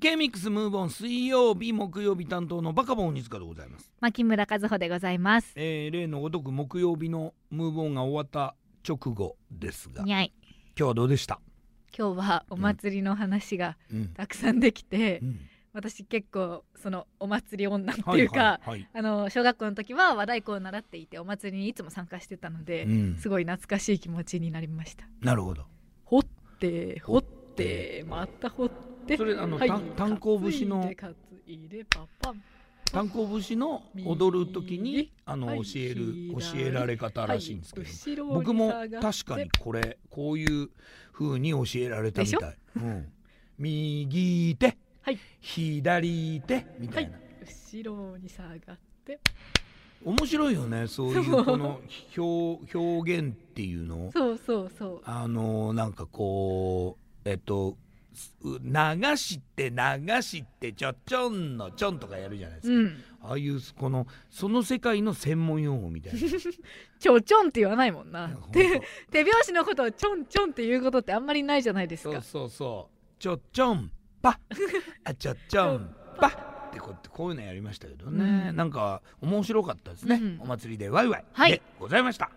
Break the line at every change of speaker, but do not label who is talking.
K ミックスムーブオン水曜日木曜日担当のバカボン鬼塚でございます、
牧村和穂でございます。
えー、例のごとく木曜日のムーブオンが終わった直後ですが今
にゃい。
日はどうでした、
今日はお祭りの話が
うん
たくさんできて、
うん
私結構そのお祭り女っていう
は
か、
いはい
あの小学校の時は和太鼓を習っていてお祭りにいつも参加してたので、
うん
すごい懐かしい気持ちになりました。
なるほど
掘って掘ってまた掘って。
それあの
はい
た炭鉱節の
担いで担いでパンパン
炭鉱節の踊る時に
右
あの
はい
教える
左
教えられ方らしいんですけど、
ど
僕も確かにこれこういう風に教えられたみたい、うん、右手、
はい
左手みたいな、
後ろに下がって
面白いよねそうい
そう
うこの表表現っていうの
そうそうそう
あのなんかこうえっとす流して流してちょちょんのちょんとかやるじゃないですか、
うん
ああいうこのその世界の専門用語みたい な
ちょちょんって言わないもん な
ほんと
手手拍子のことをちょんちょんって言うことってあんまりないじゃないです
そう
か
そうそうちょちょんぱあちょちょんぱってこうやってこういうのやりましたけどね、
うん
なんか面白かったですね、
うん
お祭りでワイワイ
はい
でございました、